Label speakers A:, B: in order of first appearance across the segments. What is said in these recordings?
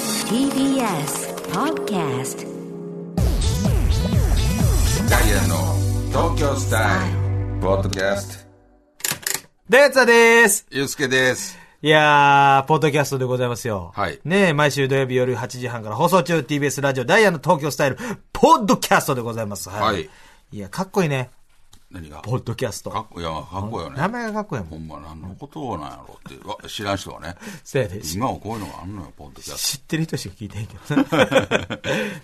A: TBS Podcast
B: ダイアンの東京スタイル、ポッドキャスト、
C: ダイアツァです。
B: ゆうすけです。
C: いやー、ポッドキャストでございますよ。
B: はい
C: ねえ毎週土曜日夜8時半から放送中、TBS ラジオダイヤの東京スタイル、ポッドキャストでございます。は
B: はい。
C: いや、かっこいいね。
B: 何が
C: ポッドキャス
B: か
C: ト。
B: っこいいや、かっこいいよ
C: 名
B: ね。
C: 前がかっこいいも
B: ほ
C: ん。
B: んま、何のことなんやろうってわ、知らん人はね。
C: せやで。し
B: 今はこういうのがあんのよ、ポッドキャス
C: 知ってる人しか聞いてへんけ どね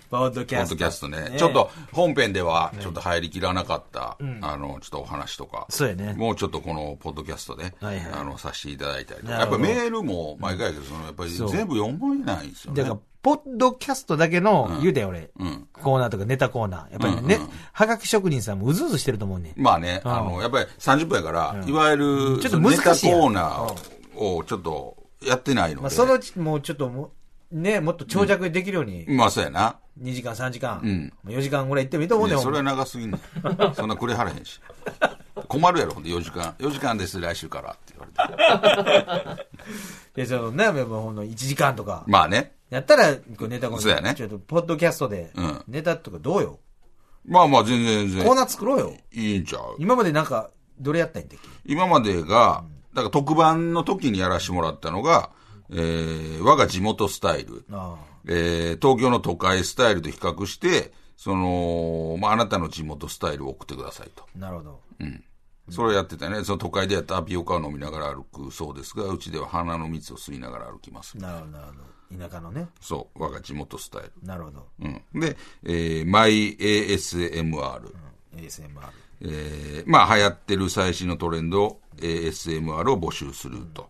C: ポッド
B: ト。
C: キ
B: ポ
C: ャ
B: ッ
C: ス
B: ド
C: ト。
B: キャストね。ちょっと、本編では、ちょっと入りきらなかった、あの、ちょっとお話とか。
C: そうやね
B: もうちょっとこの、ポッドキャストで、
C: はいはい
B: あの、させていただいたりとか。や
C: なる
B: っ
C: ほ
B: ぱ
C: ど
B: メールも、毎回やけど、その、やっぱり全部読まないんですよね。
C: だから、ポッドキャストだけの、言うたよ俺、
B: うん
C: コーナーとかネタコーナー。やっぱりね、はがき職人さんもうずうずしてると思うねん。
B: まあね、あの、やっぱり30分やから、いわゆる、
C: ちょっと難しい
B: ネタ
C: やん
B: コーナーをちょっとやってないの
C: まあ、
B: で。
C: そのうち、もうちょっともう、ね、もっと長尺できるように、
B: まあ、そうやな。
C: 2時間、3時間、
B: ん
C: 4時間ぐらい行ってもいいと思う
B: い
C: ね
B: や
C: ん、
B: それは長すぎんね んそんなくれはらへんし。困るやろ、ほんで4時間。4時間です、来週からって言われて。
C: で、そのね、やっぱほんの1時間とか、
B: まあね。
C: やったら、こうネタコン
B: そうやね
C: ちょっと、ポッドキャストで
B: うん、
C: ネタとかどうよ、
B: まあまあ、全然全
C: コ
B: 然。
C: ーナー作ろうよ。
B: いいんちゃう
C: 今までなんか、どれやったんやったっけ
B: 今までが、だから特番の時にやらしてもらったのが、えー、我が地元スタイル。
C: ああ。
B: えー東京の都会スタイルと比較して、その、まあ、あなたの地元スタイルを送ってくださいと。
C: なるほど。
B: それをやってたね。その都会でやったタピオカを飲みながら歩くそうですが、うちでは花の蜜を吸いながら歩きます。
C: なるほど、なるほど。田舎のね。
B: そう、我が地元スタイル。
C: なるほど。
B: うん。で、えー、MyASMR。
C: ASMR。
B: えーまあ流行ってる最新のトレンド、ASMR を募集すると。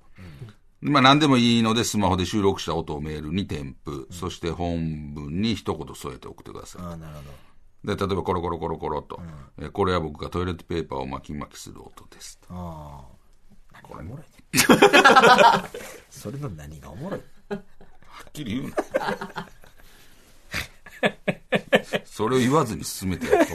B: まあ何でもいいのでスマホで収録した音をメールに添付、そして本文に一言添えて送ってください。
C: ああ、なるほ
B: で
C: ど。
B: 例えばコロコロコロコロと、えーこれは僕がトイレットペーパーを巻き巻きする音ですと
C: ああ。これおもろいね。 それの何がおもろい
B: はっきり言うなそれを言わずに進めてやろう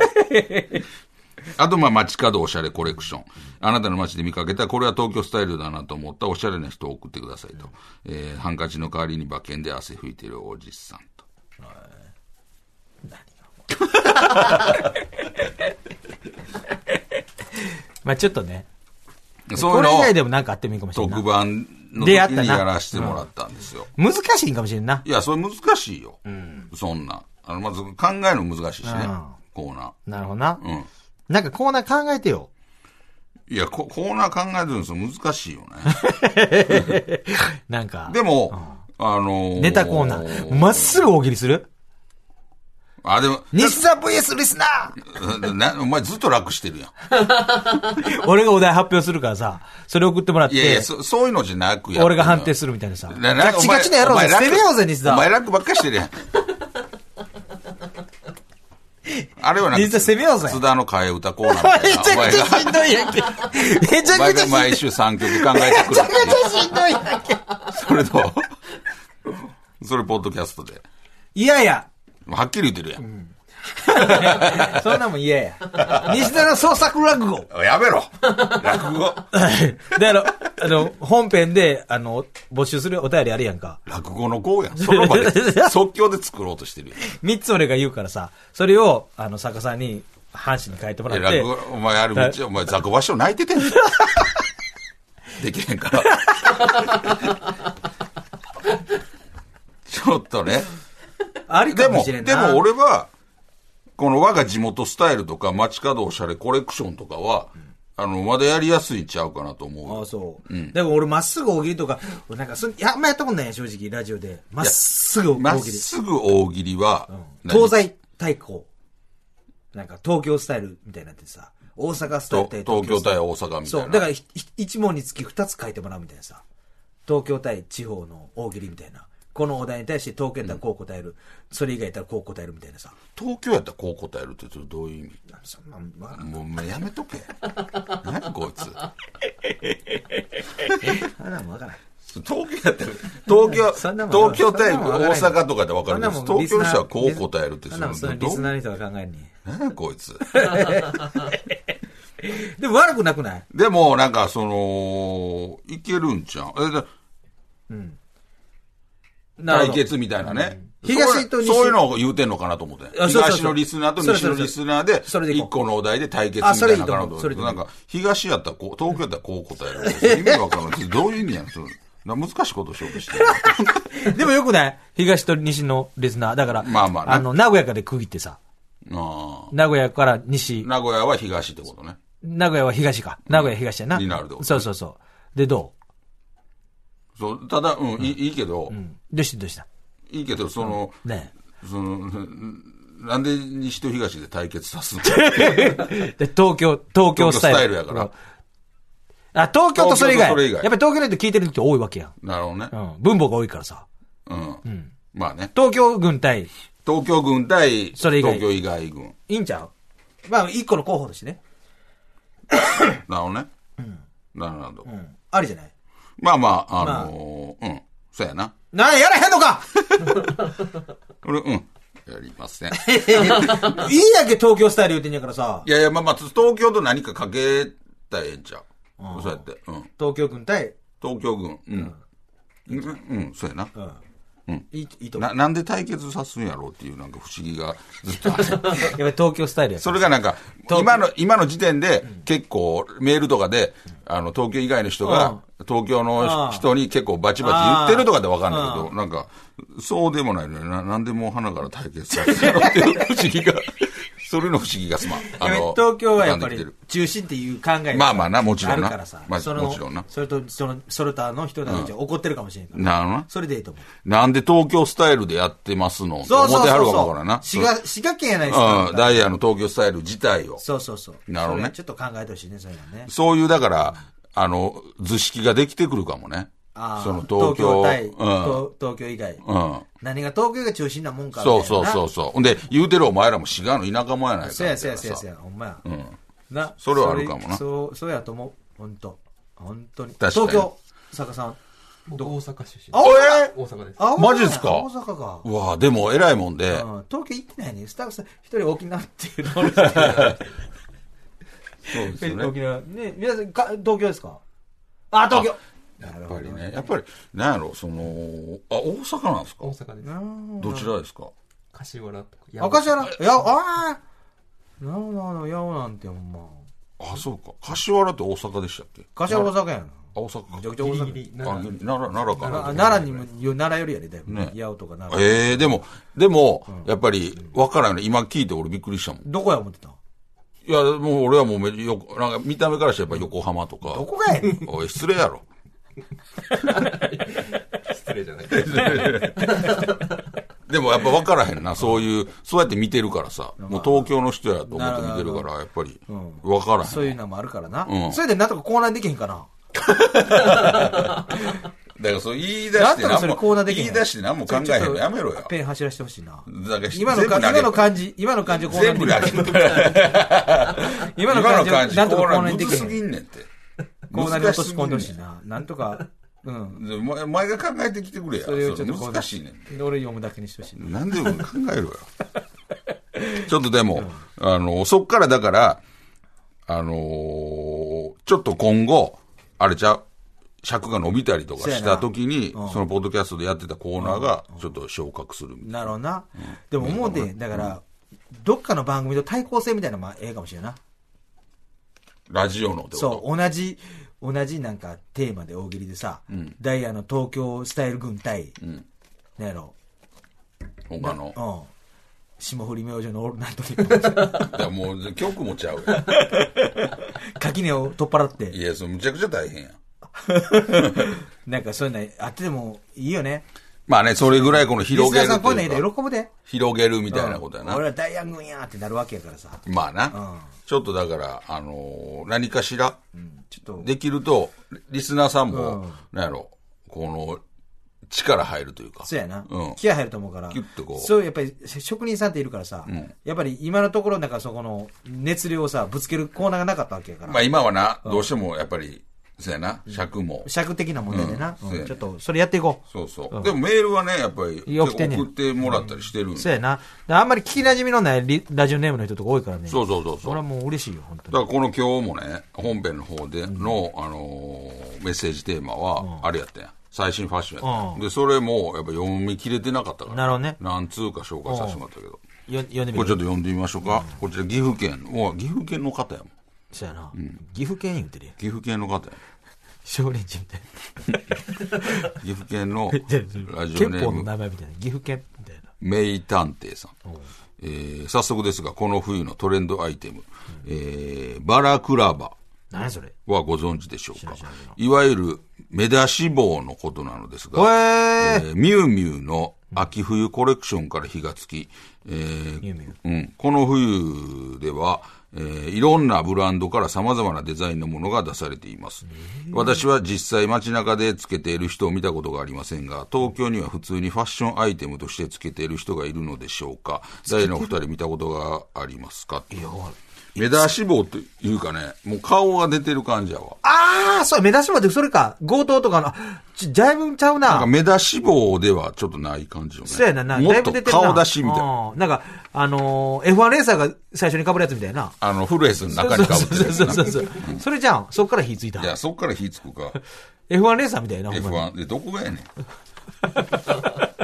B: あとまあ街角おしゃれコレクションあなたの街で見かけたこれは東京スタイルだなと思ったおしゃれな人を送ってくださいと、えーハンカチの代わりに馬券で汗拭いてるおじさんと
C: まあちょっとね、
B: そうい
C: こ
B: う
C: れ以
B: のを
C: 外でもなんかあってもいいかもしれんな
B: 特
C: い。
B: 番の時
C: 出会ったな
B: にやらせてもらったんですよ、。
C: 難しいんかもしれんない
B: や、それ難しいよ。そんな。あの、まず考えるの難しいしね
C: うん。
B: コーナ
C: なるほどな。
B: ー。うん。
C: なんかコーナー考えてよ。
B: いや、ココーナー考えてるんですよ。難しいよね。
C: なんか。
B: でも、あのー
C: ネタコーナー。まっすぐ大喜利する
B: あ、でも、
C: 西田 VS リスナ ー
B: なお前ずっと楽してるやん。
C: 俺がお題発表するからさ、それ送ってもらっ
B: いやいや、
C: て、
B: そそういうのじゃなくやってるよ
C: 俺が判定するみたいなさ。
B: なな
C: ガチガチのやろうぜ。
B: お前
C: 捨てるようぜ、
B: 楽
C: 西
B: お前
C: 田。
B: 楽ばっかりしてる やん。あれはなんか、
C: 西田攻めようぜ
B: 津田の替え歌コーナーみた
C: め
B: い
C: ち
B: な。
C: ゃくち
B: お前
C: ゃ
B: が、
C: しんどいやんけ。めちゃ
B: お前
C: くちゃ
B: が
C: しんどい。
B: 毎週3曲考えてくるっていう。
C: めちゃくちゃしんどいやんけ。
B: それと、それ、ポッドキャストで。
C: いやいや。
B: はっきり言ってるやん。
C: そんなもん嫌や。西田の創作落 語。
B: やめろ落語
C: だから、あの、本編で、あの、募集するお便りあるやんか。
B: 落語の子やん。その場で、 即興で作ろうとしてるやん。
C: 三つ俺が言うからさ、それを、あの、作家さんに、半紙に書いてもら
B: え
C: って
B: 落語、、お前ある
C: は
B: 道、お前雑魚場所泣いててん ぞできへんから。ちょっとね。
C: あり
B: で
C: か
B: も、
C: もしれ
B: で
C: んな。
B: も、俺は、この我が地元スタイルとか街角おしゃれコレクションとかは、あの、まだやりやすいんちゃうかなと思うよ。
C: ああ、そう。でも俺、まっすぐ大喜利とか、俺なんかそ、いや、あんまやったことないやん、正直、ラジオで。まっすぐ
B: ま
C: 大
B: っ
C: 喜利。
B: すぐ大喜利は、何
C: 東西対抗。なんか、東京スタイルみたいになってさ、大阪スタイル
B: と
C: 対
B: 東京
C: スタイ
B: 対
C: ル
B: 大阪みたい
C: そ
B: な。
C: う、だからひ、ひ一問につき二つ書いてもらうみたいなさ、東京対地方の大喜利みたいな。このお題に対して東京やったらこう答える、それ以外やったらこう答えるみたいなさ。
B: 東京やったらこう答えるってどういう意味
C: そんなんわからん
B: もうもうやめ とけ。何こいつ。
C: そんなんもわからん。
B: 東京やったら、東京、
C: そんなもんわ
B: 東京対
C: そんなもん
B: 大
C: わからんよ
B: 阪とかで分かるけど、
C: そんなもんリ
B: 東
C: ス
B: 京の
C: ナー
B: 人はこう答えるって
C: そんなんもそのリスナーの人が考えんね
B: 何やこいつ。
C: んでも悪くなくない
B: でも、なんかその、いけるんちゃうえだ
C: なるほ
B: 対
C: ど
B: 決みたいなね。
C: 東と西
B: そういうのを言うてんのかなと思って。
C: あそうそうそう
B: 東のリスナーと西のリスナーで
C: それで、いこう
B: 一個のお題で対決みたいなのかなと思
C: あ
B: っ
C: そ
B: て。
C: れでいこうそれでいこう
B: なんか、東やったらこう、東京やったらこう答えるんですよ。意味わからない。どういう意味やん、それ。な難しいことを勝負して る。
C: でもよくない東と西のリスナー。だから、
B: まあまあね
C: の、名古屋から区切って
B: あ
C: さ、
B: あ
C: 名古屋から西、
B: 名古屋は東ってことね。
C: 名古屋は東か。名古屋東やな。
B: になるってこと
C: そうそうそう。で、ど
B: そう、ただ、うん、いいいいけど、
C: ううんどうしたどうした
B: いいけど、その、
C: ね
B: その、うんなんで西と東で対決さすの
C: えで東京、
B: 東
C: 東京
B: 京
C: ス
B: ス
C: タイル。
B: タイルやから。
C: あ、東京とそれ以外。
B: 東京とそれ以外
C: やっぱり東京の人聞いてる人多いわけやん。
B: なるほどね
C: う。ん。分母が多いからさ。
B: うん。まあね。
C: 東京軍対、
B: 東京軍対
C: それ以外
B: 東京以外軍。
C: いいんちゃうまあ、一個の候補としてね。
B: なるほどね。なるほど。
C: うん。ありじゃない
B: まあまあ、あのーうん。そうやな。
C: なんやらへん のか
B: 俺、うん。やりません。
C: いいやんけ、東京スタイル言うてんやからさ
B: い。やいや、まあまあ、東京と何かかけたらええんちゃう。そうやって。うん。
C: 東京軍対、
B: 東京軍。うん。うん、うん、そうやな。
C: いいいいと思う。
B: な、なんで対決さすんやろうっていうなんか不思議がずっとある。
C: やっぱり東京スタイルやか
B: そ
C: ら。
B: れがなんか、今の、今の時点で結構メールとかで、あの、東京以外の人が、東京
C: うん
B: の人に結構バチバチ言ってるとかでわかんないけど、なんか、そうでもないのにな、なんでもう花から対決されてるっていう不思 議が、それの不思議がすまん。あ
C: やっぱ
B: の
C: り、東京はやっぱ
B: 浮かんできて
C: り
B: る
C: 中心っていう考えが
B: まあまあなもちろんな
C: あるからさ。
B: まあ
C: その
B: もちろんな
C: それと、その、それ他の人たちは怒ってるかもしれんから。
B: なるほどな
C: それでいいと思う。
B: なんで東京スタイルでやってますのって思ってはるかもわからんな。
C: 滋賀、滋賀県やないですか。
B: うん、ダイヤの東京スタイル自体を。
C: そうそうそう。
B: なるほどね
C: それちょっと考えてほしいね、そういうのね。
B: そういう、だから、あの、図式ができてくるかもね。
C: あー
B: その東京。
C: 対、
B: うん。
C: 東東京以外。
B: うん。
C: 何が東京が中心なもんかみたい
B: そ
C: な。
B: うそうそうそう。ほんで、言うてるお前らも滋賀の田舎もやないか
C: そうやそう
B: み
C: や
B: た
C: そ
B: いうな
C: や
B: さ
C: そうや、ほんまや。な。
B: それはあるかもな
C: そう、そうやと思う。ほんと。ほんとに。
B: 確かに
C: 東京、坂さん。
D: 僕大阪出身
C: あ
B: え
D: 大阪です
C: あ
B: マジっすか
C: 大阪が。
B: うわあでも偉いもんで、
C: うん東京行ってないね。スタッフさん、一人沖縄っていうのを一
B: そうです
C: 人
B: よね。
C: 沖縄。ね、皆さん、か東京ですかあ、東京
B: やっぱりね、やっぱり、なんやろ、その、あ、大阪なんですか
D: 大阪です
B: どちらですか
D: 柏原とか山
C: 赤じゃな、いや、ああなるほど、なるほど、やおなんてほんま。
B: あ、そうか。柏原って大阪でしたっけ
C: 柏大阪やな。
B: あ大阪か。
C: めちゃくちゃ大
D: ギ
C: 阪
D: リギリ
B: あ
D: 奈良
B: 奈良、奈良か
C: あ
B: な。
C: 奈良にも、よ奈良よりやで、だいぶ。
B: ね
C: 八尾とか奈良。
B: ええでも、でも、やっぱり、わからんよね。今聞いて俺びっくりしたもん。
C: どこや思ってたん
B: いや、もう俺はもうめ、よくなんか見た目からしてやっぱ横浜とか。
C: どこがやねん。
B: おい、失礼や ろ。
D: 失礼じゃない
B: でもやっぱ分からへんな、そういう、そうやって見てるからさ、もう東京の人やと思って見てるから、やっぱり
C: ん
B: 分からへん。
C: そういうのもあるからな。
B: うん
C: それでなんとかコーナーできへんかな。
B: だからそう言い出して
C: なんとかそ
B: 何
C: れ
B: も、
C: コーナーできへん
B: 言い出して何も考えへんのやめろ
C: ちょっ
B: よ
C: と。ペン走らしてほしいな。
B: だから
C: 今のか
B: 全部投げ
C: 今の感じ、今の感じをコーナ
B: 全
C: ー
B: 部
C: にできへ
B: 投
C: ん
B: げて
C: 今の
B: 今
C: 感
B: の
C: じ
B: 感じ、コ
C: なんとかコー
B: ーナ
C: ナー
B: ー
C: に
B: む
C: できへ
B: ず
C: ん
B: すぎんねんって。
C: コーナーに落とし込んで
B: 難
C: ほ
B: し
C: し
B: す
C: い
B: ぎんね
C: な。なんとか、うん。
B: んお前お前が考えてきてくれや。
C: そ
B: そ
C: れ
B: れ
C: をちょっとこう
B: 難しいねん。
C: 俺読むだけにしてほしいな。
B: なんでも考えろよ。ちょっとでも、あの、そっからだから、あのーちょっと今後、あれちゃう尺が伸びたりとか
C: そうや
B: し
C: な
B: た時に、そのポッドキャストでやってたコーナーが、ちょっと昇格するみたいな。
C: なるほどな。でも思うで、だから、どっかの番組と対抗性みたいなのもええかもしれんな。
B: ラジオのってこと
C: そう、同じ、同じなんかテーマで大喜利でさ、ダイヤの東京スタイル軍対、なんやろ、
B: 他の
C: う。ん。霜降り明星のオールナイトニッポン
B: だからもう、曲もちゃうよ。
C: 垣根を取っ払っ
B: い
C: て、
B: や、それむちゃくちゃ大変や。
C: なんかそういうのあってでもいいよね。
B: まあね、それぐらいこの
C: リ
B: 広
C: ス
B: げ
C: ナー
B: る
C: さんこういう
B: と
C: の
B: いう
C: ええで
B: か、
C: 喜ぶで。
B: 広げるみたいなことやな。
C: 俺はダイヤ軍やーってなるわけやからさ。
B: まあ
C: うん
B: な。ちょっとだから、あのー何かしら、
C: ちょっと、
B: できると、リスナーさんも
C: うん、
B: なんやろ、この、力入るというか。
C: そうやな。
B: うん。
C: 気合入ると思うから。
B: ギュッとこう
C: そう、やっぱり職人さんっているからさ、やっぱり今のところ、なんかそこの熱量をさ、ぶつけるコーナーがなかったわけやから。
B: まあ今はな、どうしてもやっぱり、そうやな、尺も。
C: 尺的な問題でな。
B: うんそ
C: うん
B: うやね
C: ちょっと、それやっていこ
B: そうそう。でもメールはね、やっぱり、
C: よくてね
B: 送ってもらったりしてるん
C: う。
B: で
C: そ
B: そうう
C: やな。であんまり聞き馴染みのないリラジオネームの人とか多いからね。
B: そううそうそ
C: れ
B: う。
C: はもう嬉しいよ、本当
B: だ
C: に。
B: からこの今日もね、本編の方での、あのーメッセージテーマは、あれやったやん。最新ファッションやった、
C: うん
B: で、それも、やっぱ読み切れてなかったから。
C: なるほどね
B: 何通か紹介させてもらったけど。
C: よ読んでみ
B: これち
C: る
B: ょっと読んでみましょうか。こちら岐阜県。うわ岐阜県の方やもん。
C: そうやな、岐阜県言ってるやん
B: 岐阜県の方や
C: 少林寺みたいな
B: もん岐阜県 のラジオ
C: 憲
B: ネー
C: 法の
B: ム、
C: 名前みたいな岐阜県みたいな
B: 名探偵さん。えー早速ですが、この冬のトレンドアイテム、えーバラクラバ。
C: 何それ
B: はご存知でしょうか
C: 知らない知ら。
B: いわゆる目出し帽のことなのですが、
C: へ
B: えーミュウミュウの秋冬コレクションから火がつき、えー
C: ミュウミュウ
B: うん、この冬では、えーいろんなブランドから様々なデザインのものが出されています。私は実際街中でつけている人を見たことがありませんが、東京には普通にファッションアイテムとしてつけている人がいるのでしょうか。誰のお二人見たことがありますか
C: いやわかる
B: 目出し帽というかね、もう顔が出てる感じやわ。
C: ああ、そうや、目出しまで、それか、強盗とかの、あちだいぶちゃうな。
B: なんか目出し帽ではちょっとない感じよね。
C: そうやな、な
B: もっ
C: だい
B: と
C: ぶ出てるな。
B: 顔出しみたいな。
C: うんなんか、あのー F1 レーサーが最初に被るやつみたいな。
B: あの、フルエスの中にかぶってるやつ
C: そう
B: な
C: そうそうそう。それじゃん、そっから火ついた
B: い。や、そっから火つくか。
C: F1 レーサーみたいな、ほんまに。
B: F1。で、どこがやねん。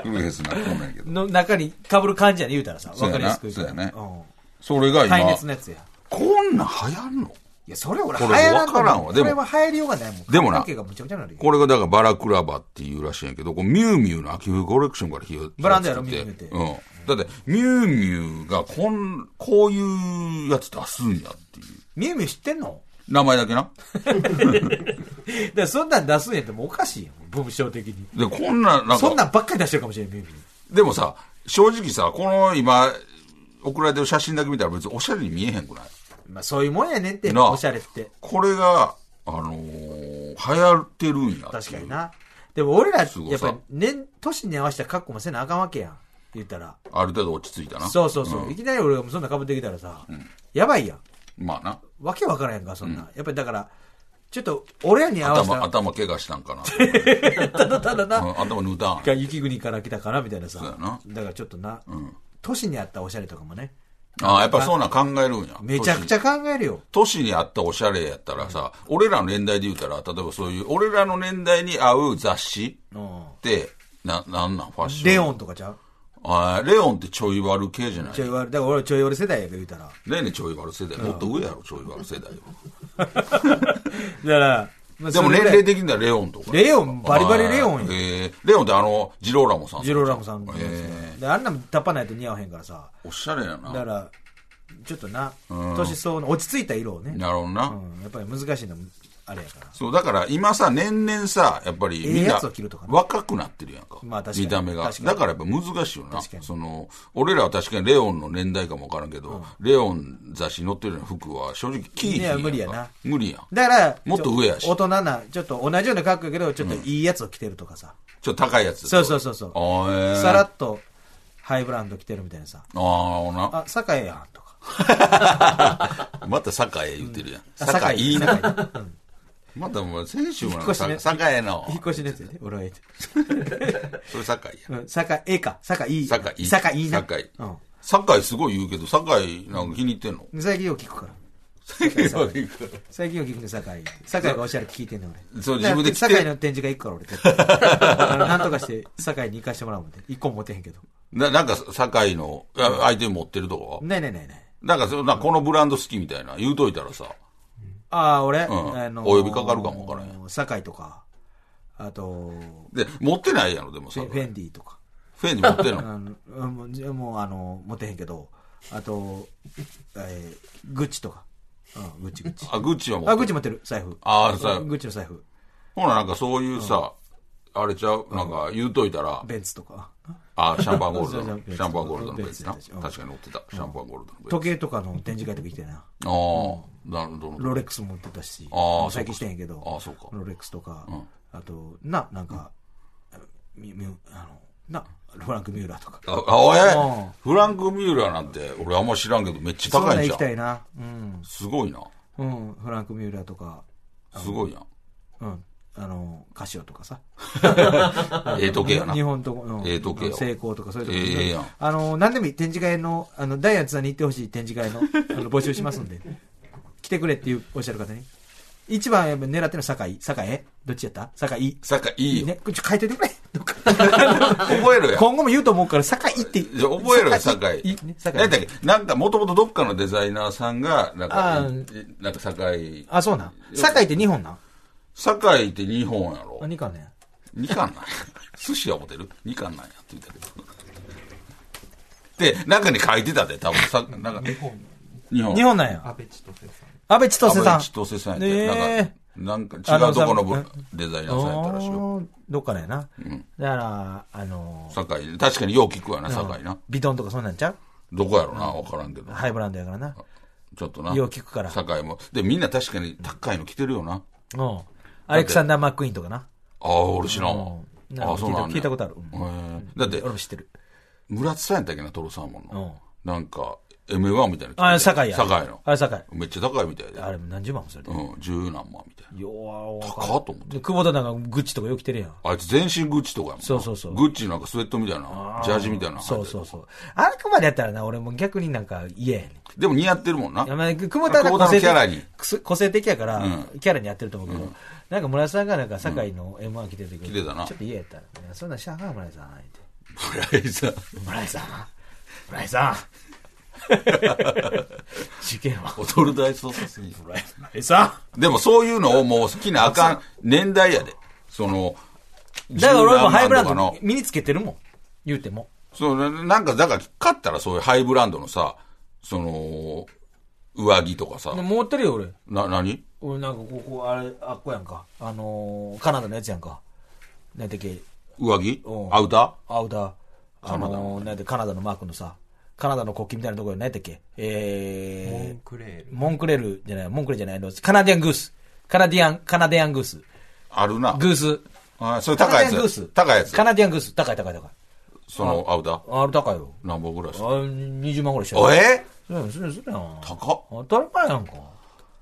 B: フルエスなってんないけど。
C: の中に被る感じやね、言うたらさ。
B: そう
C: わ
B: やな
C: かりやすく言たら。
B: そうやね
C: ん
B: それが
C: 耐
B: 今
C: 熱、のやつや。
B: こんなん流行んの
C: いや、それ俺
B: こ
C: 流
B: れ
C: 行らんと思
B: わ
C: う
B: からんわでも
C: これは流行りようがないもん。
B: でもな
C: 髪の毛がむちゃくちゃなるよ
B: これがだからバラクラバっていうらしいんやけど、こうミュウミュウの秋冬コレクションから火を
C: ブランドやろ
B: 火がつい
C: ミュウミ
B: うん。だって、ミュウミュウがこん、こういうやつ出すんやっていう。
C: ミュウミュウ知ってんの
B: 名前だけな。
C: だからそんなん出すんやってもうおかしいよ、文章的に。
B: で、こんなん、なん
C: そ
B: か
C: ん、なんばっかり出してるかもしれん、ミュウミュウ。
B: でもさ、正直さ、この今、送られてる写真だけ見たら別におしゃれに見えへんくない
C: まあそういうもんやねんって、
B: なあ
C: おしゃれって。
B: これが、あのー流行ってるんやっていう
C: 確かに。な。でも俺ら、やっ
B: すごさ
C: ぱ年、年に合わせた格好もせなあかんわけやん。言ったら。
B: ある程度落ち着いたな。
C: そうそうそう。いきなり俺がそんな被ってきたらさ、やばいやん。
B: まあな。
C: わけわからへんから、そんな。やっぱりだから、ちょっと俺らに合わせ
B: 頭、
C: た、
B: 頭怪我したんかな。
C: ただただ な、
B: うん頭縫うたん。
C: が雪国から来たからみたいなさ。
B: そうやな
C: だからちょっとな、都市にあったおしゃれとかもね、
B: ああ、やっぱそうなん考えるんや。
C: めちゃくちゃ考えるよ。
B: 都市にあったおしゃれやったらさ、俺らの年代で言うたら、例えばそういう、俺らの年代に合う雑誌
C: うん。
B: って、な、なんなんファッション。
C: レオンとかちゃう
B: あーレオンってちょい悪系じゃない
C: ちょい悪い、だから俺ちょい悪世代やけど言うたら。
B: ねえねえちょい悪世代。もっと上やろ、ちょい悪世代は。
C: だから、まあ
B: でも年
C: それぐらい
B: 齢的にはレオンとか。
C: レオン、バリバリレオ
B: え
C: ンや。
B: ーレオンってあの、ジローラモさん。
C: ジローラムさんのやつ
B: え
C: であんなもタッパないと似合わへんからさ
B: ーおしゃれや
C: だか
B: な。
C: らちょっとな年相応の落ち着いた色をね、
B: なるほどな。
C: うん、やっぱり難しいのもあれやから
B: そう、だから今さ、年々さ、やっぱりみん
C: ええや
B: な
C: つを着るとかね
B: 若くなってるやんか。
C: まあ確かに
B: 見た目が
C: 確。かに
B: だからやっぱ難しいよな。
C: 確かに
B: その、俺らは確かにレオンの年代かもわからんけど、レオン雑誌載ってるような服は正直キー
C: いや無理やな
B: 無理やん。
C: だから
B: もっと上やし
C: ちょ大人なちょっと同じような格好やけどちょっといいやつを着てるとかさ、
B: ちょっと高いやつ。
C: そうそうそうそう
B: あーえー
C: さらっとハイブランド着てるみたいなさ
B: ああ、な。
C: あ酒井やんとか
B: また堺言ってるやん。
C: あ
B: 堺いい
C: 酒
B: な。
C: 井うん
B: またもう先週もなん
C: 引
B: か
C: っ越しね
B: 堺の。
C: 引っ越しのやつやね俺は言って
B: それ堺や。
C: うん酒井か酒井
B: 堺いい。
C: 酒井いいな
B: 堺
C: うん
B: 堺すごい言うけど、堺なんか気に入ってんの
C: 最近よく聞くから 最近よく聞くね、酒井。酒井がおしゃれって聞いてんねん俺。
B: そう自分で聞いて
C: 酒井の展示会行くから俺絶対。 あのなんとかして酒井に行かしてもらうもんで。一個も持てへんけど。
B: ななんか、堺の、あアイテム持ってるとこ
C: ないないないない。
B: なんか、そなんかこのブランド好きみたいな、言うといたらさ、
C: ああ、俺、
B: ん
C: あの
B: お呼びかかるかもわからへん
C: 酒井とか、あと、
B: で、持ってないやろ、でも
C: フ
B: さ。
C: ェ
B: フ
C: フェ
B: ェ
C: ンディとか。
B: ンディ持ってん
C: あ
B: の。
C: のうんもうじゃあもう、あの、持てへんけど、あと、えーグッチとか。うん、グッチグッチ。
B: あ、グッチは持って
C: あ、
B: る
C: グッチ持ってる、財布。
B: あー財布
C: グッチの財布。
B: ほら、なんかそういうさ、あれちゃうなんか、言うといたら、
C: ベンツとか。
B: あ、シャンパンゴールドの、
C: そうそう
B: シャンパンゴールドのベンツな。
C: ベンツうん
B: 確かに持ってた。シャンパンゴールドのベンツ。
C: 時計とかの展示会とか行きたいな。
B: ああ、なるほど。
C: ロレックスも持ってたし、
B: あー
C: もう最近してんやけど、
B: あーそうか
C: ロレックスとか、
B: ん
C: あと、な、なんか、ミミュあの、な、フランク・ミューラーとか。
B: あ、あお
C: うん
B: えフランク・ミューラーなんて、俺あんま知らんけど、めっちゃ
C: そん
B: 高
C: ないん
B: んじ
C: 行
B: ゃ
C: きた
B: ん。
C: いな。うん。
B: すごいな。
C: うん、フランク・ミューラーとか、
B: すごいやん。
C: うん、あの、カシオとかさ。
B: ええ時計やな
C: 日。本とこ、うん
B: ええ時計よ
C: 成功とかそういうとこ。
B: ええやん
C: あの、何でもいい展示会の、あの、ダ イアンツさんに行ってほしい展示会の、あの、募集しますんで。来てくれっていうおっしゃる方に。一番狙ってるの酒井。酒井どっちやった酒井。
B: 酒井 いいよ。
C: ね、ちょ、書いといてくれ。どっか
B: 覚えろよ。
C: 今後も言うと思うから、酒井って。
B: じゃあ覚えろよ、酒
C: い
B: 井
C: いね。
B: 何やったっ
C: 酒井。
B: けなんか、もともとどっかのデザイナーさんが、なん
C: あ
B: か
C: ー、
B: なんか酒井。
C: あ、そうなん。酒井って2本なん。
B: 酒井って2本やろ
C: あ、。2かね。
B: 2巻 なんや。寿司はモテる ?2 巻なんやって言ったけど。で、なんかに書いてたで、多分さ、なんか、
D: 日本
B: 日本。
C: 2本なんや。
D: 安倍千歳さん
C: 安倍千歳さん。
B: 千歳さんや
C: ねえ
B: って。なんか、なんか違うところのデザイナーさんやったらしいよ。
C: おーどっからやな。だから、あのー、
B: 酒井。確かによう聞くわな、酒井な。
C: ビトンとかそんなんちゃう
B: どこやろな、わからんけど。
C: ハイブランドやからな。
B: ちょっとな。
C: よう聞くから
B: 酒井も。で、みんな確かに高いの着てるよな。
C: うん。アレクサンダー・マックイーンとかな。
B: ああ、俺知らんわ
C: うん。な
B: あ
C: んか
B: あ、そうなんだ。
C: 聞いた聞いたことある
B: へえだって
C: 俺、も知ってる。
B: 村津さんやったっけな、トロサーモン
C: うん
B: の。なんか、M1 みたいなの着てて。
C: あれ、酒井や。
B: 酒井の
C: あ。れ、酒井。
B: めっちゃ高いみたいで。
C: あれ、何十万もそれで
B: う。ん、十何万みたいな。
C: よー
B: 高っと思って。
C: で久保田なんかグッチとかよく着てるやん。
B: あいつ全身グッチとかやもんな。
C: そうそうそう
B: グッチなんかスウェットみたいな、ジャージみたいなの
C: そ
B: 履いうてて。
C: そうそう。あくまでやったらな、俺も逆になんか嫌やねん。
B: でも似合ってるもんな。
C: いやまあ久保田
B: 久
C: が
B: 保
C: 個
B: 田
C: 性
B: の
C: 的
B: キャラに。
C: くす個性的やから、
B: う
C: キャラにやってると思うけど、なんか村井さんがなんか堺の M1 来てる時、
B: 来てたな
C: ちょっと嫌やったら、ね、そんなんしゃあかん村井さん言って。
B: 村井さん。
C: 村井さん村井 さん事件は。
B: 踊る大捜査線。
C: 村井さ
B: でもそういうのをもう好きなあかん年代やで。その、
C: んだから俺もハイブラ
B: 十何万
C: ン
B: と
C: ド
B: かの
C: 身につけてるもん。言うても。
B: そう、なんか、だから、買ったらそういうハイブランドのさ、その、上着とかさ、
C: 持ってるよ俺。
B: な、何
C: 俺なんかここ、あれ、あっこやんか。あのー、カナダのやつやんか。なんてっけ、
B: 上着
C: うん
B: アウタ
C: アウター、あのー、なんてカナダのマークのさ、カナダの国旗みたいなところ何やったっけ
D: モ
C: え
D: ンクレー
C: ー、
D: ル
C: モンクレールじゃない、モンクレールじゃないの、カナディアングース。カナディアン、カナディアングース。
B: ーあるな。
C: グース。
B: あそれ高い
C: カナディアング
B: や
C: ー
B: つ
C: ス。
B: 高いやつ
C: カ。ナディアングース。高い高い高い。
B: そのアウター。
C: あれ高いよ。
B: 何本ぐらいし
C: あ
B: た
C: 20万ぐらいしちゃ
B: お
C: う。
B: え
C: それそれそれやん。
B: 高っ。
C: 当たり前やんか。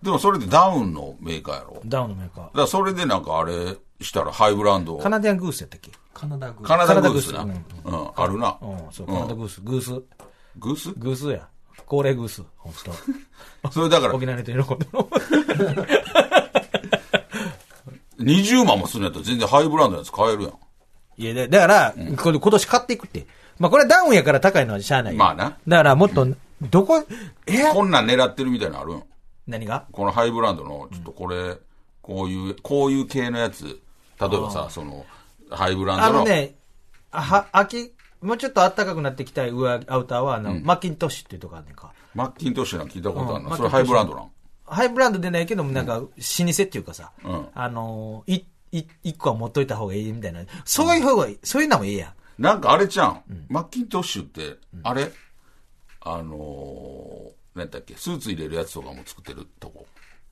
B: でもそれでダウンのメーカーやろ。だか
C: ダウンのメーカ
B: らそれでなんかあれしたらハイブランド
C: ー。カ。ナディアングースやったっけ
D: カナダ軍
B: カナダグースな。
C: カ
B: う
C: ナ
B: ん
C: ダグ、
B: あるな。
C: うん、そう、カナダグース。グース。
B: グース
C: グースや。高齢グース。ほんと。
B: それだから
C: 沖縄の人喜んでる。
B: 20万もするんやったら全然ハイブランドのやつ買えるやん。
C: いや、だだから、これ今年買っていくって。まあこれはダウンやから高いのはしゃあないよ。
B: まあな
C: だからもっと、どこ、え
B: こんなん狙ってるみたいなのあるん。
C: 何が
B: このハイブランドの、ちょっとこれ、こういう、こういう系のやつ、例えばさ、その、ハイブラ
C: あ
B: ンド
C: の
B: の、
C: ね、あは、秋、もうちょっと暖かくなってきたい上、アウターは、あの、マッキントッシュっていうとこあんねんか。
B: マッキントッシュなんか聞いたことある
C: うん
B: の。それハイブランドなん。
C: ハイブランドでないけども、なんか、老舗っていうかさ、
B: うん
C: あの、い、い、一個は持っといた方がいいみたいな。そういう方がいい、そういうのもいいやん。
B: なんかあれじゃん。マッキントッシュって、あれあのー、なんだっけ、スーツ入れるやつとかも作ってるとこ。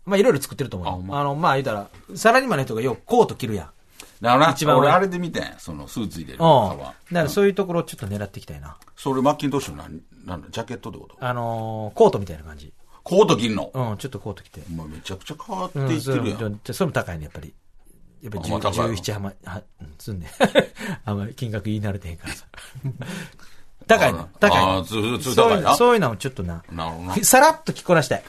C: まあいろいろ作ってると思うよ。
B: あほん
C: あの、まあ言うたら、サラリーマンの人がよくコート着るやん。
B: だから
C: 一番
B: な、
C: 上
B: 俺あれで見てん。そのスーツ入れる
C: う
B: カ
C: ん。
B: バ
C: だか
B: ン。
C: らそういうところをちょっと狙っていきたいな。
B: それマッキントッシュなん、なんだ、ジャケットってこと
C: あのーコートみたいな感じ。
B: コート着んの
C: うん、ちょっとコート着て。
B: お前めちゃくちゃ変わって
C: う
B: い
C: ん、
B: って
C: それ
B: るやん。
C: もそれも高いね、やっぱり。やっぱり
B: あまあ高い
C: 17、はま、は、うん、すんね。 あんまり金額言い慣れてへんからさ。高いの、高い
B: あ
C: の
B: あ、つ、つ
C: そう
B: 高
C: い
B: いう
C: の
B: な。
C: そういうのもちょっとな。
B: なるほどな
C: さらっと着こなしたい。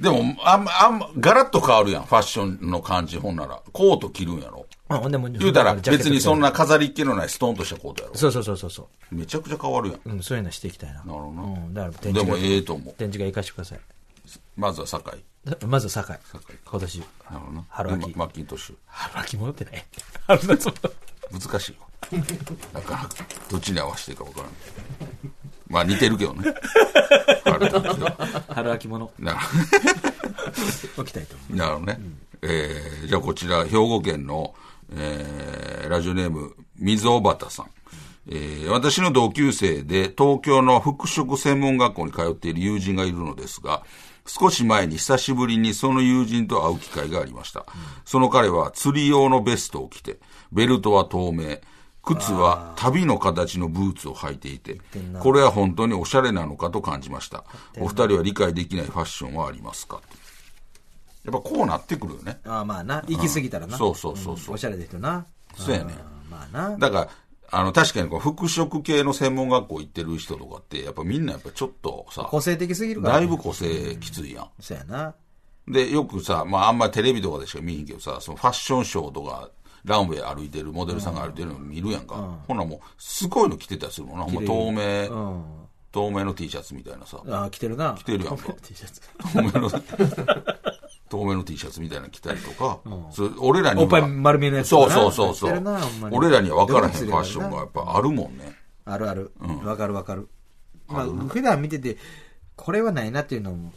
B: でも、あんま、あんま、ガラッと変わるやん、ファッションの感じ、ほんなら。コート着るんやろ。
C: うん、ほんでもう
B: 言うたら、別にそん。
C: ジ
B: な
C: ャケット着
B: 飾りっ気のないストーンとしたコートやろ
C: て。そうそうそうそうそ
B: めちゃくちゃ変わるやん。
C: う。うん、そういうのしていきたいな。なる
B: ほどな
C: うん、だから展
B: で
C: 示
B: も、
C: 会、
B: ええと思う。
C: 展示会行かしてください。
B: まずは酒井。
C: まず堺。
B: 堺
C: 今年。
B: なるほどな。
C: 春秋
B: でママッキントッシュ。
C: 春巻き戻ってない。春巻き戻って
B: 難しいよ。なかなか、どっちに合わせていいかわからん。まあ、似てるけど ね。あれだけど
C: 春巻き物
B: な
C: を着たいと思う。
B: なるほどね。えーじゃあこちら、兵庫県の、えーラジオネーム、水尾端さん。えー私の同級生で東京の服飾専門学校に通っている友人がいるのですが、少し前に久しぶりにその友人と会う機会がありました。その彼は釣り用のベストを着て、ベルトは透明、靴は旅の形のブーツを履いていて、これは本当におしゃれなのかと感じました。お二人は理解できないファッションはありますかやっぱこうなってくるよね。
C: ああ まあな、行き過ぎたらな。
B: そうそうそうそう
C: おしゃれで人な。
B: そうやね
C: あーまあな。
B: だから、あの、確かにこう、服飾系の専門学校行ってる人とかって、やっぱみんなやっぱちょっとさ、
C: 個性的すぎるから、
B: だいぶ個性きついやん。
C: そうやな。
B: で、よくさ、まああんまりテレビとかでしか見えへんけどさ、そのファッションショーとか、ランウェイ歩いてる、モデルさんが歩いてるの見るやんか。ほなもう、すごいの着てたりするもんな。ほんま透明、
C: うん。
B: 透明の T シャツみたいなさ。
C: ああ、着てるな。着
B: てるやんか
C: T シャツ。
B: 透明の、 透明の T シャツみたいなの着たりとか、それ俺らには
C: おっぱい丸見えのやつ
B: そ
C: と
B: う
C: かな
B: そうそうそ
C: 着て
B: う
C: るなほんま。に
B: 俺らには分からへん
C: で
B: ファ
C: も映れば
B: ッションがやっぱあるもんね。
C: あるある。わかるわかる。まあ、普段見てて、これはないなっていうのも、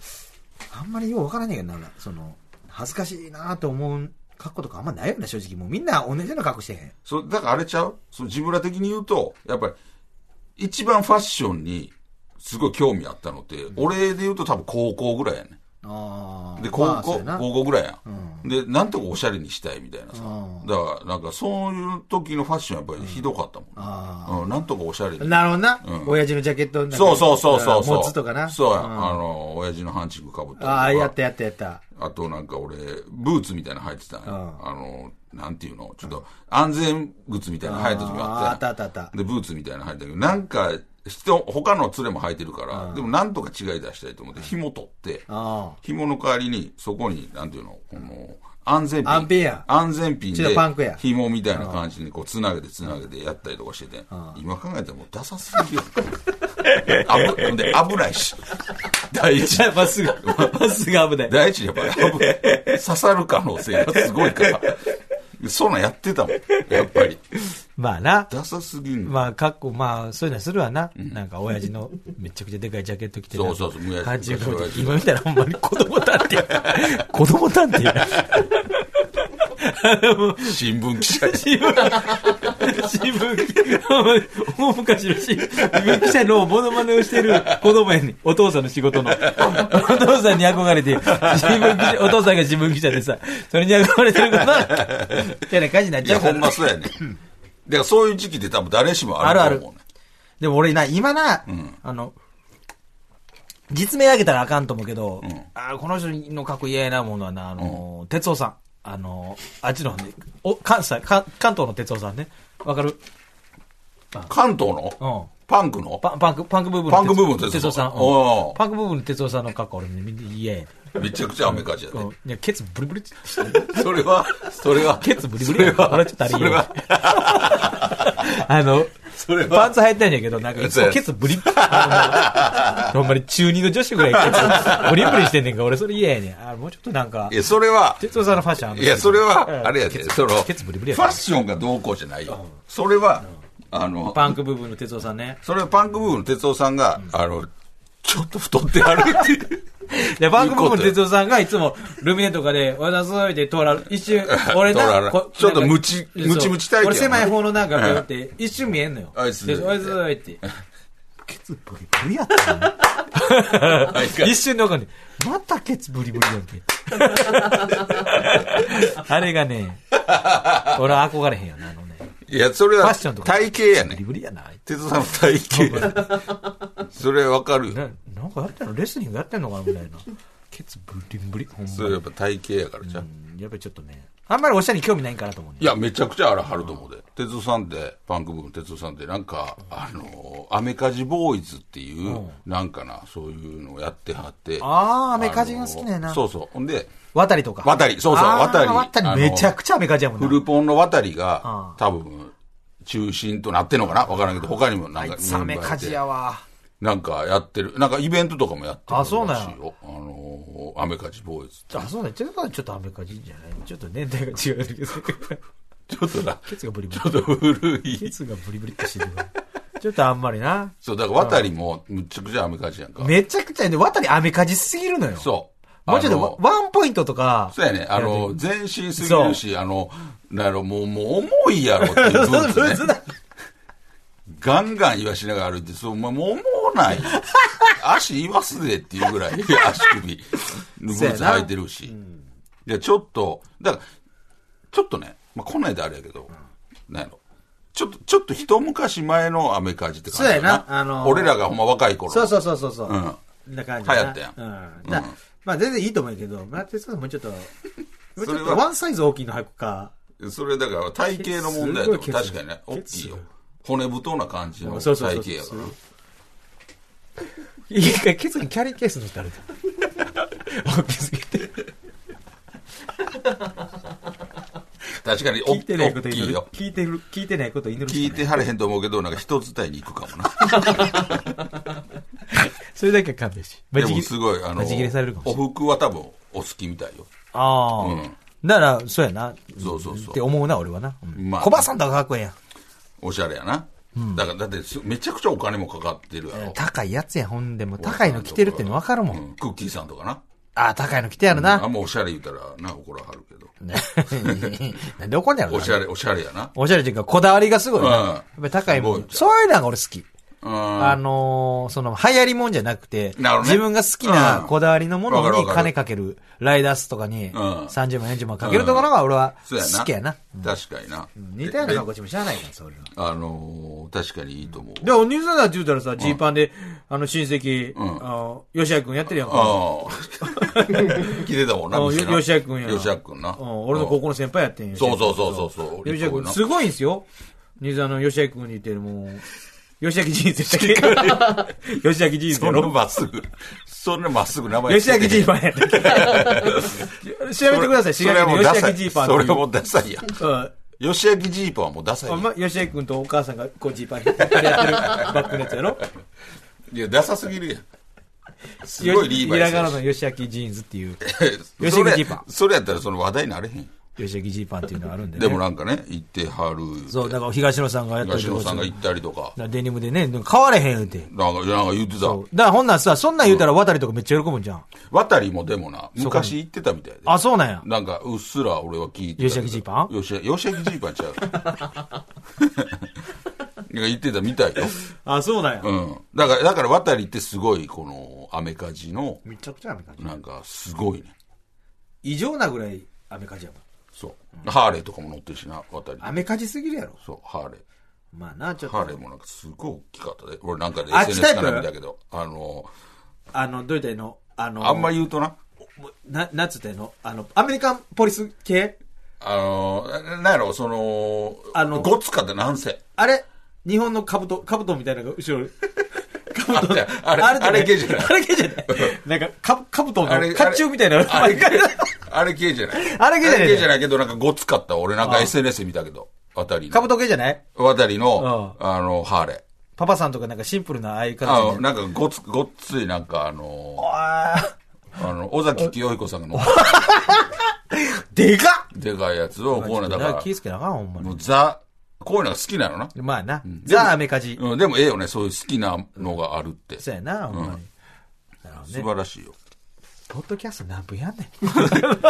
C: あんまりようわからないけどな、俺その、恥ずかしいなと思う格好とかあんまないよね、正直。もうみんな同じような格好してへん。
B: それだからあれちゃうその自分ら的に言うと、やっぱり、一番ファッションにすごい興味あったのって、俺で言うと多分高校ぐらいやね。
C: ああ。
B: で、高
C: まあそう
B: 校、
C: やな
B: 高校ぐらいやん。で、なんとかおしゃれにしたいみたいなさ
C: う。
B: だから、なんかそういう時のファッションやっぱりひどかったもん。
C: あ
B: うん、なんとかおしゃれに。
C: なるほどな。親父のジャケットの中に
B: そうそうそうそうそう。
C: 持つとかな。
B: そうや。
C: ん
B: あの、親父のハンチングかぶったりとか。
C: ああ、やったやったやった。
B: あとなんか俺、ブーツみたいなの履いてたんや。
C: ん
B: あの、なんていうのちょっと安全靴みたいなの履いた時があったやん
C: あーあったあったあった
B: で、ブーツみたいなの履いたけど、なんか、人、他の連れも履いてるから、でもなんとか違い出したいと思って、紐取って、
C: あ
B: 紐の代わりに、そこに、なんていうのこの、安全ピン。
C: 安ピンや
B: 安全ピン
C: ちょっ
B: で
C: とパンクや、
B: 紐みたいな感じにこう、つなげてつなげてやったりとかしてて、今考えたらもうダサす ぎるよ。危ほんで危ないし。第一
E: じ ゃあ、まっすぐ、まっすぐ危ない。
B: 第一やっぱり危ない刺さる可能性がすごいから。そんなんやってたもん。やっぱり。
E: まあな。
B: ダサすぎんの。
E: まあ、かっこ、まあ、そういうのはするわな。なんか、親父のめちゃくちゃでかいジャケット着てな
B: そうそうそう親父
E: ハンチングかぶって
B: 昔の
E: 今見たらほんまに子供探偵 や。子供探偵や。あの、もう
B: 新聞記 者や
E: 新聞、新聞、ほんまに大昔の新聞記者のモノマネをしてる子供やねん。お父さんの仕事の。お父さんに憧れ て、新聞記者、お父さんが新聞記者でさ、それに憧れてる から、みたいな感じになっ
B: い
E: ちゃ
B: や、
E: うか
B: ほ
E: ら。
B: んまそうやね。だからそういう時期って多分誰しもあると思うね。
E: でも俺な、今な、あの、実名あげたらあかんと思うけど、あーこの人の格好嫌やなものはな、あのー、哲夫さん。あのー、あっちの方ね、お、関西、関関東の哲夫さんね。わかる
B: 関東の、
E: うん。
B: パンクの
E: パパンク、パンクブーブー
B: パンクブーブーの哲夫
E: 哲夫さん。うん
B: おー
E: パンクブーブーの哲夫さんの格好俺ね、みんな嫌やね
B: めちゃくちゃアメカジや
E: う
B: ね
E: ん。いや、ケツブリブリって。
B: それは、それは、
E: ケツブリブ
B: そ
E: リ
B: れ
E: やん。
B: は
E: 俺ちょっとあ、れ
B: それ
E: 嫌や
B: は、
E: あの、
B: それは
E: パンツ履いてんやけど、なんかいつもケツブリッあのほんまに中二の女子ぐらい ケツブリブリしてんねんか、俺それ嫌やねん。あもうちょっとなんか
B: い、や、それは、
E: 哲夫さんのファッションあんま
B: いや、それは、あれや
E: ケ
B: で、
E: ツ
B: その、フ
E: ケツブリブリや
B: ァッションがどうこうじゃないよ。それは、あの、
E: パンク部分の哲夫さんね。
B: それはパンクブームの哲夫さんが、あの、ちょっと太ってあるっていう。
E: で、パンク部分の哲夫さんがいつもルミネとかで、わざわざで通らる。一瞬、俺
B: 通られ
E: な、
B: る
E: こ
B: ちょっと
E: なんか
B: ムチ
E: そう
B: ムチムチタイプやな
E: 俺狭い方のなんかこうやって、一瞬見えんのよ。
B: あいつ
E: でわざわざって。
C: ケツブリブリやったな。
E: 一瞬でわかんねまたケツブリブリやん け。あれがね、俺は憧れへんよな、あのね。
B: いや、それ
E: ファ
B: は
E: ッションとか
B: 体型や
E: ブ
B: ね
E: リ
B: ん。
E: ブリやな、あいつ
B: 哲夫さんの体型や。それわかるよ。
E: ななんかやってんのレスリングやってんのかなみたいな。ケツブリンブリ。ほんま
B: それやっぱ体型やからじゃん。
E: に。やっぱりちょっとね。あんまりおしゃれに興味ないんかなと思うね。
B: いや、めちゃくちゃあらはると思うで。哲夫さんって、パンク部分哲夫さんって、なんか、あの、アメカジボーイズっていう、なんかな、そういうのをやってはって。
E: あーアメカジが好きなんやな
B: あのそうそう。ほんで、
E: 渡りとか。
B: 渡りそうそう
E: あー
B: 渡りあの
E: めちゃくちゃアメカジやもん
B: フ
E: な。
B: ルポンの渡り
E: あ
B: が
E: あ、
B: 多分、中心となってんのかなわからんけど、他にもなんか、
E: サメカジやわ。
B: なんかやってる。なんかイベントとかもやってるらしいよ。
E: あそうなんや
B: あのー、アメカジボーイズ。
E: あ、そうだ、ちょっとちょっとアメカジじゃないちょっと年代が違う けど。
B: ちょっとな、
E: ケツがブリブリ。
B: ちょっと古
E: ケ
B: い。
E: ツがブリブリってしてるわ ちょっとあんまりな。
B: そう、だから渡りも、むっちゃくちゃアメカジやんか。
E: めちゃくちゃ、で、渡りアメカジすぎるのよ。
B: そう。
E: もうちょっ
B: あ
E: と
B: の
E: ワワンポイントとか。
B: そうやね。あの、全身すぎるし、あの、なんやろ、もう、もう重いやろっていうブーツね
E: ブーツだ
B: ガンガン言わしながら歩いて、そう、お前もう重 ない。足言わすでっていうぐらい、足首、ブーツ履いてるし。いや、ちょっと、だから、ちょっとね、まあ、こないだあれやけど、なんやろ。ちょっと、ちょっと一昔前のアメカジって感じだな。
C: そうやなあのー
B: 俺らがほんま若い頃。
C: そうそうそうそうそう。
B: うん
C: な感じだな。
B: 流行ったやん
C: うん。だまあ全然いいと思うけど、まあ哲夫さんもうちょっと、もうちょっ
B: それ
C: と
B: は
C: ワンサイズ大きいの履くか。
B: それだから体型の問題と
C: す
B: か
C: ごい
B: 確
C: ケツ
B: かにね、大
C: ケツ
B: きいよ。骨太な感じの
C: そ
B: 体
C: うそうそう
B: 型
C: そう
B: やから。
E: いや、ケツにキャリーケースのってあるじゃん。大きすぎて。
B: 確かにお
C: 聞いてないこと
B: 大
C: 祈
B: きい
C: る
B: よ。
C: 聞いてる聞いてないこと祈る
B: 聞
C: し
B: い
C: かない
B: てはれへんと思うけど、なんか人伝えに行くかもな。
C: それだけは勘弁し
B: でもすごい、あの
C: バチ切れされるか、も
B: お
C: しれない
B: 服は多分お好きみたいよ。
C: ああ、
B: うん
C: ならそうやな
B: そうそうそう
C: って思うな俺はな、うん
B: まあ
C: 小林さんとかかっこええやん
B: おしゃれやな。だから、だってすめちゃくちゃお金もかかってるやろ。
C: 高いやつやほんでも高いの着てるっての分かるもん、
B: うクッキーさんとかな。
C: ああ高いの着てやるな、
B: あんまおしゃれ言うたらな、怒らはるけど。
C: なんで怒んねやろな
B: おしゃれ、おしゃれやな。
C: おしゃれというか、こだわりがすごいな。
B: うん
C: やっぱり高いも
B: す
C: ん
B: ご。い
C: そういうのが俺好き。
B: うん。
C: あのー、その、流行りもんじゃなくて、
B: なるほどね
C: 自分が好きな
B: うん
C: こだわりのも
B: わか
C: の
B: る
C: に
B: わかる
C: 金かける、ライダースとかに、
B: ん
C: 30万、40万かけるところが俺は
B: そうやな。
C: 好きやな。。
B: 確かにな。
E: 似たようなこっちも知らないから、それは。
B: あのー、確かにいいと思う。
E: で、お兄さんだって言うたらさ、ジーパンで、あの、親戚、あの、吉明君やってるやんか。
B: ああ。 聞いてたもんな、
E: あ
B: 店な
E: よしあきくんや
B: よしあきくんな。
E: うん俺の高校の先輩やってんよ。
B: そうそうそうそうそう
E: 吉明君、
B: 立派やな
E: すごいんすよ。兄さんの吉明君に言ってる、もう、吉明人生だっ け吉明人生
B: そ
E: や
B: の
E: ろ
B: まっすぐ、そのまっすぐ名前
E: 吉明ジーパンやったっけ調べてください、
B: そ
E: 滋
B: れそ
E: 賀県の
B: れはもうダ
E: 吉
B: サ
E: 明
B: い
E: ジーパン
B: それ
E: っていう
B: もダサいやん。
E: うん
B: 吉明ジーパンはもうダサいやん
E: ほんま、吉明君とお母さんがこうジーパンやってやってるバックのやつやろ
B: いや、ダサすぎるやん。すごいリーバイ
C: よ
B: ス
C: ひらが
B: や
C: なの
B: し。
C: 吉明ジーンズって いう、
B: え
C: 吉
B: そ
C: 明
B: れ
C: ジーパン
B: それやったらその話題になれへん。
C: 吉明ジーパンっていうのがあるんで、ね。
B: でもなんかね、行ってはる。
C: そう、だから東野さんがやったり
B: 東
C: と
B: 野
C: か
B: さんが行ったりとか。
C: デニムでね、でも買われへんって。
B: なんか、なんか言ってた。
C: そうだからほんなんさ、そんなん言うたら渡りとかめっちゃ喜ぶんじゃん。
B: 渡りもでもな、昔行ってたみたいで。
C: あ、そうなんや。
B: なんか、うっすら俺は聞いてたけど。
C: 吉明ジーパン
B: 吉明吉明ジーパンちゃう。 なんか言ってたみたいよ。
E: あ、そうだよ。
B: うん。だから、だから渡りってすごい、この、アメカジの、
E: めちゃくちゃ雨かじ。
B: なんか、すごいね。
E: 異常なぐらい雨かじやもん。
B: そう。ハーレーとかも乗ってるしな、渡り。
E: 雨かじすぎるやろ。
B: そう、ハーレー。
E: まあな、ちょっ
B: ハ
E: と
B: ー。レーもなんかすごい大きかったで。俺なんかで
E: あっちタ
B: SNS
E: イプ
B: から見たけど、あの、
E: あの、どういったらいいのあの、
B: あんま言うとな、
E: な、なんつったらいいのあの、アメリカンポリス系
B: あの、ななんやろ、その、
E: あの
B: ごつかってなんせ。
E: あれ日本の兜、兜みたいなのが後ろに。
B: あれ、あれ、
E: あれ
B: あれ系じゃない
E: あ。れ系じゃないなんか、か、兜の、甲
B: あれ
E: 冑みたいなのが
B: あれ系、あれ系じゃない。
E: あれ系じゃない
B: あじゃないけど、なんかごつかった。俺なんか SNS 見たけど、渡りの。
E: 兜系じゃない
B: 渡りの、あの、ハーレー。
E: パパさんとかなんかシンプルなああいう
B: あ
E: 感
B: の、
E: じで。
B: なんかごつ、ごっつい、なんかあの、
E: ああ
B: あの、尾崎清彦さんの
E: ー、でかっ
B: でかいやつを、こういうの、だ
C: だから
B: か
C: 気ぃつけなあかん、ほんま
B: ら、もう
C: に。
B: ザ、こういうのが好きなのな。
C: まあな。ザ・アメカジ。
B: うん、でもええよね、そういう好きなのがあるって。
C: そうやな、ほんまに。なるほど
B: 素
C: ね。
B: 晴らしいよ。
C: ポッドキャスト何分やんねん。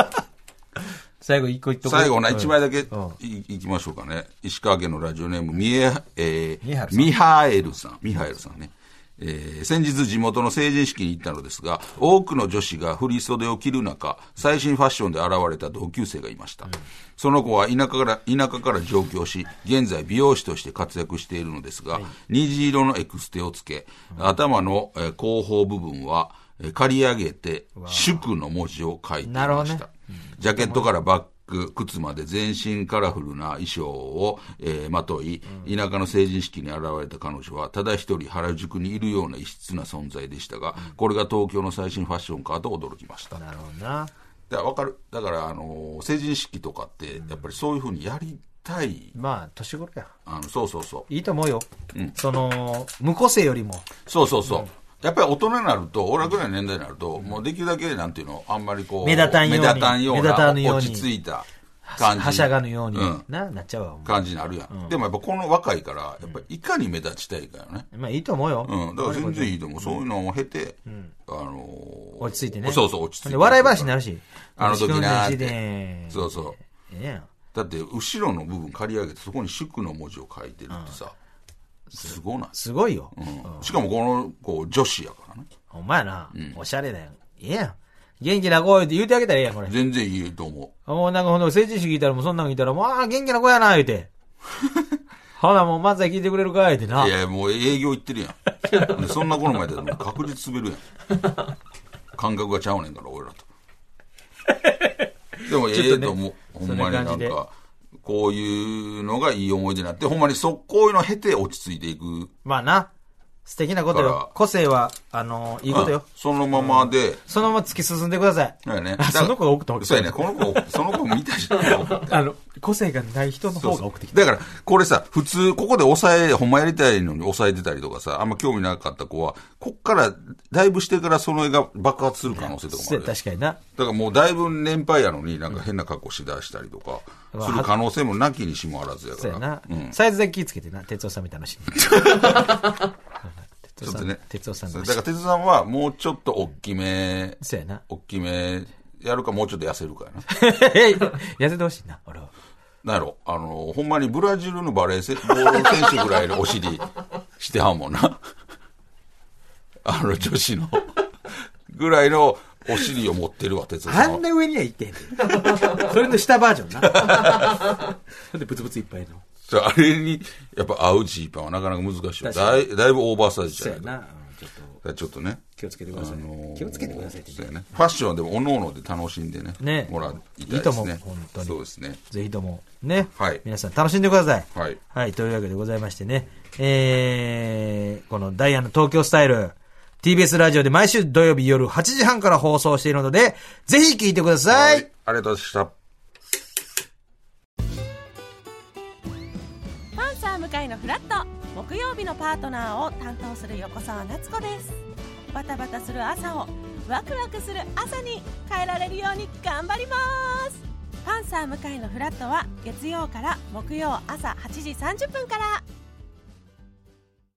C: 最後一個一個。
B: 最後な、一枚だけ
C: ん
B: いいきましょうかね。石川県のラジオネーム、みえ、え
C: みえはる
B: ー、
C: さん
B: みはえるさん。みはえるさんね。えー先日地元の成人式に行ったのですが、多くの女子が振り袖を着る中、最新ファッションで現れた同級生がいました。その子は田舎から、田舎から上京し、現在美容師として活躍しているのですが、虹色のエクステをつけ、頭の、えー後方部分は、えー刈り上げて、祝の文字を書いていま
C: なるほど
B: し
C: ね
B: た。ジャケットからバッグ、靴まで全身カラフルな衣装を、えーまとい、田舎の成人式に現れた彼女は、ただ一人原宿にいるような異質な存在でしたが、これが東京の最新ファッションかと驚きました。だか
C: なるほどな。
B: らわかる。だから、あのー成人式とかって、やっぱりそういうふうにやりたい。
C: まあ、年頃や。
B: あの、そうそうそう。
C: いいと思うよ。その、無個性よりも。
B: そうそうそう。やっぱり大人になると、俺らぐらいの年代になると、もうできるだけ、なんていうの、あんまりこう、
C: 目立たんように
B: 目立たんよう
C: 目立たぬよう
B: な、
C: に
B: 落ち着いた感じ。
C: はしゃがぬように
B: うん。
C: な、なっちゃうわ。お前
B: 感じになるやん。でもやっぱこの若いから、やっぱりいかに目立ちたいかよね。
C: まあいいと思うよ。
B: うん。だから全然いいと思う。そういうのも経て、あのー
C: 落ち着いてね。
B: そうそう、落ち着いて。
C: 笑い話になるし。
B: あの時なーって
C: 後ろの足で
B: そうそう。
C: ええやん
B: だって、後ろの部分刈り上げて、そこに祝の文字を書いてるってさ、すごない。
C: すごいよ。
B: うん。しかもこの、こう、女子やからね。
C: お前な、おしゃれだよ。ええやん。元気な子って言うてあげたらええやん、これ。
B: 全然いいと思
C: もうなんかほんと、成人式聞いたらもうそんなん聞いたら、もうあー元気な子やな、言 うて。ほな、もう漫才聞いてくれるか、言うてな
B: う。い。や、もう営業行ってるやん。でそんな子の前でもう確実滑るやん。感覚がちゃうねんから、俺らと。でも、ええと思う。ほんまにな
C: そ
B: ん
C: んな感
B: か、こういうのがいい思い出になって、ほんまにそこういうのを経て落ち着いていく
C: まあな。素敵なこと
B: だから
C: よ。個性は、あの、いいことよ。
B: そのままで、
C: そのまま突き進んでください。
B: そうやね。
E: あその子が送った方がいい
B: そうやね。この子、その子見た人が送った
E: あの、個性がない人の方が送ってきた。
B: だから、これさ、普通、ここで抑え、ほんまやりたいのに抑えてたりとかさ、あんま興味なかった子は、こっから、だいぶしてからその絵が爆発する可能性とかもあ
E: そう
B: る。だ
E: 確かにな。
B: からもうだいぶ年配やのに、なんか変な格好しだしたりとか、する可能性もなきにしもあらずやか
E: そうや
B: ら
E: な。。
B: うん。ち
E: サイズだけ気ぃつけてな。哲夫さんみたいなし。
B: ょっとね。
E: 哲夫さん
B: そ
E: の
B: うだから哲夫さんは、もうちょっと大きめ、
E: そうやな。
B: 大きめ、やるかもうちょっと痩せるかやな。
E: 痩せてほしいな、俺は。
B: なんやろ、あの、ほんまにブラジルのバレーせボール選手ぐらいのお尻してはんもんな。 あの、女子の、ぐらいのお尻を持ってるわ、哲夫
C: あ
B: さん
C: ん
B: は。
C: な上には行ってへんで。それの下バージョンな。
E: なんでブツブツいっぱいの。
B: そうあれに、やっぱ合うジーパンはなかなか難しいよ。
C: 確か
B: だいだいぶオーバーサイズじ
C: そ
B: ゃ
C: う
B: な
C: や
B: いか
C: な。うんちょっと
B: らちょっとね。
C: 気をつけてください。気をつけてくださいって。
B: そうやね。ファッションはでも、おのので楽しんでね。
E: ね
B: もらいたい
E: いい
B: で
E: と
B: す
E: 思う
B: ね。
E: 本当に
B: そうですね。
E: ぜひとも、ね。
B: はい
E: 皆さん楽しんでください。
B: はい
E: はい、というわけでございましてね。えー、このダイヤの東京スタイル、TBS ラジオで毎週土曜日夜8時半から放送しているので、ぜひ聞いてください。。
B: ありがとうございました。
F: パンサー向かいのフラット木曜日のパートナーを担当する横澤夏子ですバタバタする朝をワクワクする朝に変えられるように頑張りますパンサー向かいのフラットは月曜から木曜朝8時30分から